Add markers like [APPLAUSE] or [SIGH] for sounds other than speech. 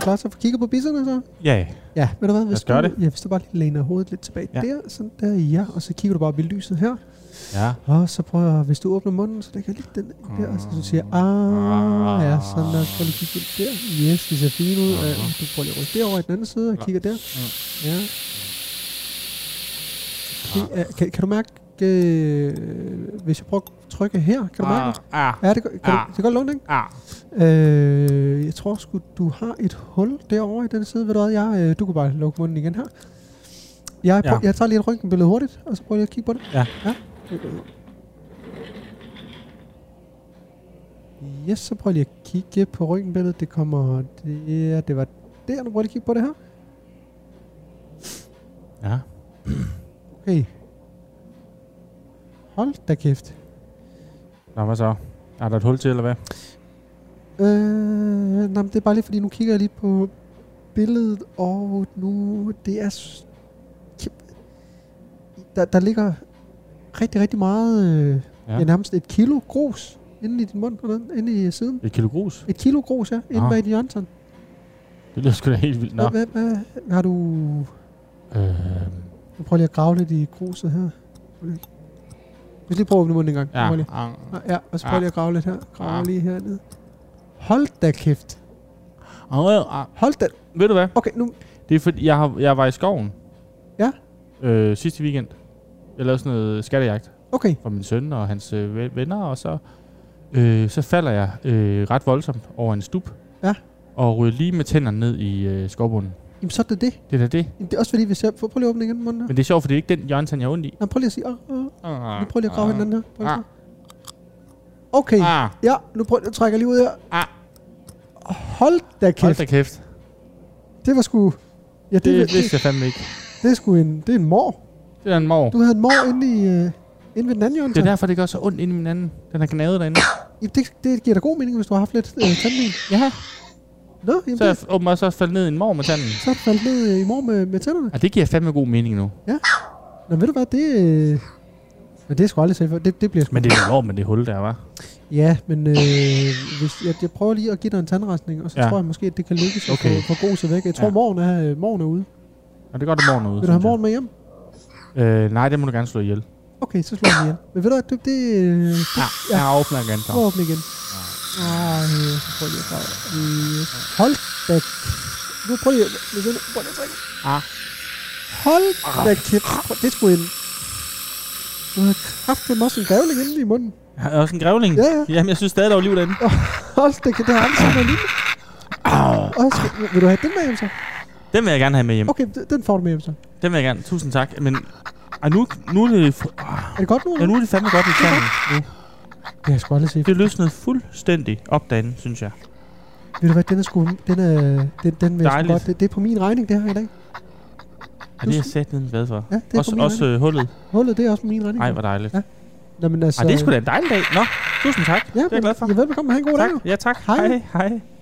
klart, så kigger på bisserne så? Ja, ja. Ja, ved du hvad? os gøre du, det. Ja, hvis du bare lige læner hovedet lidt tilbage ja. Ja. der, sådan der, ja. Og så kigger du bare op i lyset her. ja. Og så prøver jeg, hvis du åbner munden, så lægger jeg lidt den ind der, og så du siger, ah, ja, sådan der, så prøver jeg lige at kigge ind der. Yes, det ser fint ud. Uh, du prøver lige at rykke derover i den anden side og kigger der. Mm. Ja. Det er, kan, kan du mærke, øh, hvis jeg prøver at trykke her, kan du mærke det? Ah, Ja, det, gør- kan du, det gør lunt, ikke? ah. Øh, jeg tror sgu, du har et hul derovre i den side. Ved du hvad, jeg, øh, du kan bare lukke munden igen her. Jeg, prøv, Ja. jeg tager lige et røntgenbillede hurtigt, og så prøver jeg at kigge på det. Ja. ja. Yes, så prøver jeg lige at kigge på røntgenbilledet. Det kommer... Det, det var der, nu prøver jeg at kigge på det her. Ja. Okay. Hold da kæft. Nå, hvad så? Er der et hul til, eller hvad? Øh, nej, men det er bare lige fordi, nu kigger jeg lige på billedet, og nu, det er... s- kæmpe- Der, der ligger rigtig, rigtig meget, øh, ja. Ja. ja, nærmest et kilo grus inde i din mund, hernede, inde i siden. Et kilo grus? Et kilo grus, ja, inde Nå. bag din Jørgensen. Det lyder sgu da helt vildt. Nå. Hvad, hvad, hvad, har du... Øh, Nu prøver jeg lige at grave lidt i gruset her. Hvis lige prøver at åbne munden en gang. ja. Prøv lige. Ah. Ja, og så prøver jeg Ah. lige at grave lidt her. Grave Ah. lige hernede. Hold da kæft. Ah. Ah. Hold da. Ved du hvad? Okay, nu... Det er fordi, jeg, har, jeg var i skoven. Ja. Øh, sidste weekend. Jeg lavede sådan noget skattejagt Okay. for min søn og hans øh, ve- venner, og så, øh, så falder jeg øh, ret voldsomt over en stup. Ja. Og ryger lige med tænderne ned i øh, skovbunden. Jamen, så er det det. Det er da det. Jamen, det er også fordi, vi ser... Prøv prøv lige at åbne igen munden her. Men det er sjovt, for det er ikke den hjørnetand, jeg har ondt i. Nå, prøv lige at sige... Åh, åh. Ah. Nu prøv lige at grave ah. den her. Prøv lige Ah. at grave. Okay, Ah. ja, nu prøver jeg, trækker jeg lige ud her. Ah. Hold da Hold kæft. da kæft. Det var sgu... Ja, det, Det det, vidste det, jeg fandme ikke. det, er sgu en, det er en mor. Det er en mor. Du havde en mor inde, i, øh, inde ved den anden hjørne. Det er derfor, det gør så ondt inde i min anden. Den er knaget derinde. Jamen, det, det giver da god mening, hvis du har haft lidt øh, tandben. ja, Nå, jamen, så, så er det, jeg f- åbenbart så faldet ned i en mor med tanden. så er det faldet ned øh, i mor med, med tænderne. Og det giver fandme god mening nu. Nå, ved du hvad, det... Øh, men det er sgu aldrig set for. Det, det bliver sgu... Men det er enormt med det hul der, var. Ja, men øh, hvis, jeg, jeg prøver lige at give dig en tandrensning, og så ja. Ja. tror jeg måske, at det kan lykkes okay. Okay. at få, få god sig væk. Jeg tror, ja. Ja. morgen er, øh, morgen er ude. Og det er godt, at morgen er ude. Vil du have synes jeg. morgen med hjem? Øh, nej, det må du gerne slå ihjel. Okay, så slår vi [LAUGHS] igen. Men ved du hvad, det, det, øh, det Ja, Ja. jeg åbner igen. Så. prøv at åbne igen. Ej, så prøv lige at grave. Øh, Hold da Nu prøv lige at... nu prøv lige at- Prøv lige at trække. Ah. Hold da kæft. Prøv- Det er sgu en... Du har kraftet også en grævling inde i munden. Jeg er også en grævling. Ja, ja. Jamen, jeg synes stadig, der var liv derinde. Hold da kæft, det har aldrig set noget lignende. Og skal, vil du have den med hjem så? Den vil jeg gerne have med hjem. Okay, d- den får du med hjem så. Den vil jeg gerne. Tusind tak. Men ah, nu, nu, er det, fu- ah, Er det godt nu? ja, Eller? nu er det fandme godt i tanden. Nu. Det har jeg sgu aldrig set. Det løsnede fuldstændig op derinde, synes jeg. Ved du hvad, den er sgu... Den er... Den, den vil jeg sgu Dejligt. godt. Det, det, er på min regning, det her i dag. Og det er jeg sat ned glad for. Ja, det er også på min også øh, hullet. Hullet, det er også på min regning. Ej, hvor dejligt. Ja, Nå, men altså... Ah, Ej, det er sgu da en dejlig dag. Nå, tusind tak. Ja, det er jeg glad for. Ja, velbekomme. Ha' en god dag. Tak. jo. Ja, tak. Hej. Hej. Hej.